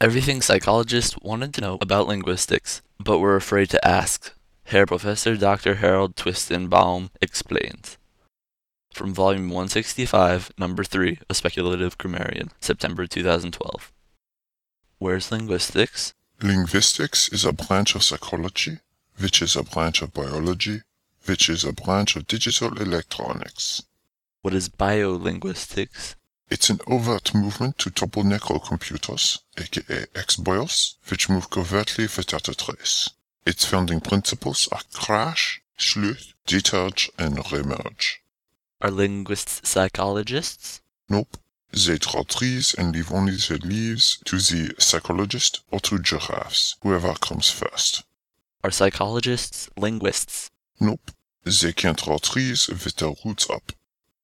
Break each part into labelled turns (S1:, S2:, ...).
S1: everything psychologists wanted to know about linguistics, but were afraid to ask. Herr Professor Dr. Harold Twistenbaum explains. From Volume 165, Number 3, A Speculative Grammarian, September 2012. Where's linguistics?
S2: Linguistics is a branch of psychology, which is a branch of biology, which is a branch of digital electronics.
S1: What is biolinguistics?
S2: It's an overt movement to topple necrocomputers, aka XBIOS, which move covertly without a trace. Its founding principles are crash, sleuth, deterge, and remerge.
S1: Are linguists psychologists?
S2: Nope. They draw trees and leave only the leaves to the psychologist or to giraffes, whoever comes first.
S1: Are psychologists linguists?
S2: Nope. They can't draw trees with their roots up.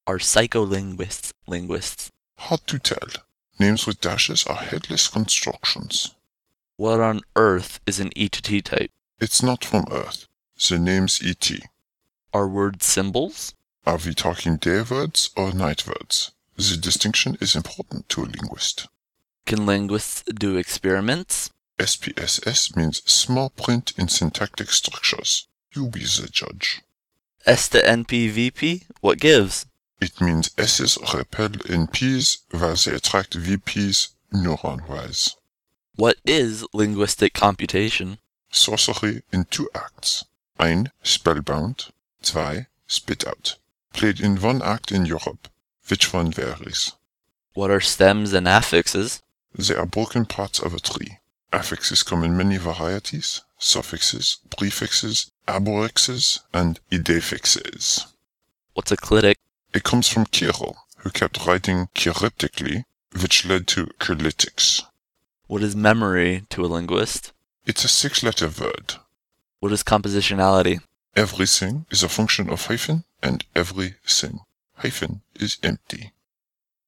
S1: Are psycholinguists linguists?
S2: Hard to tell. Names with dashes are headless constructions.
S1: What on earth is an ETT type?
S2: It's not from Earth. The name's ET.
S1: Are words symbols?
S2: Are we talking day words or night words? The distinction is important to a linguist.
S1: Can linguists do experiments?
S2: SPSS means small print in syntactic structures. You be the judge.
S1: S to NPVP? What gives?
S2: It means S's repel NPs while they attract VPs neuron wise.
S1: What is linguistic computation?
S2: Sorcery in two acts. Ein Spellbound, zwei Spit Out. Played in one act in Europe. Which one varies?
S1: What are stems and affixes?
S2: They are broken parts of a tree. Affixes come in many varieties suffixes, prefixes, aborixes, and idefixes.
S1: What's a clitic?
S2: It comes from Kirill, who kept writing chiroptically, which led to crylitics.
S1: What is memory to a linguist?
S2: It's a six letter word.
S1: What is compositionality?
S2: Everything is a function of hyphen, and everything. Hyphen is empty.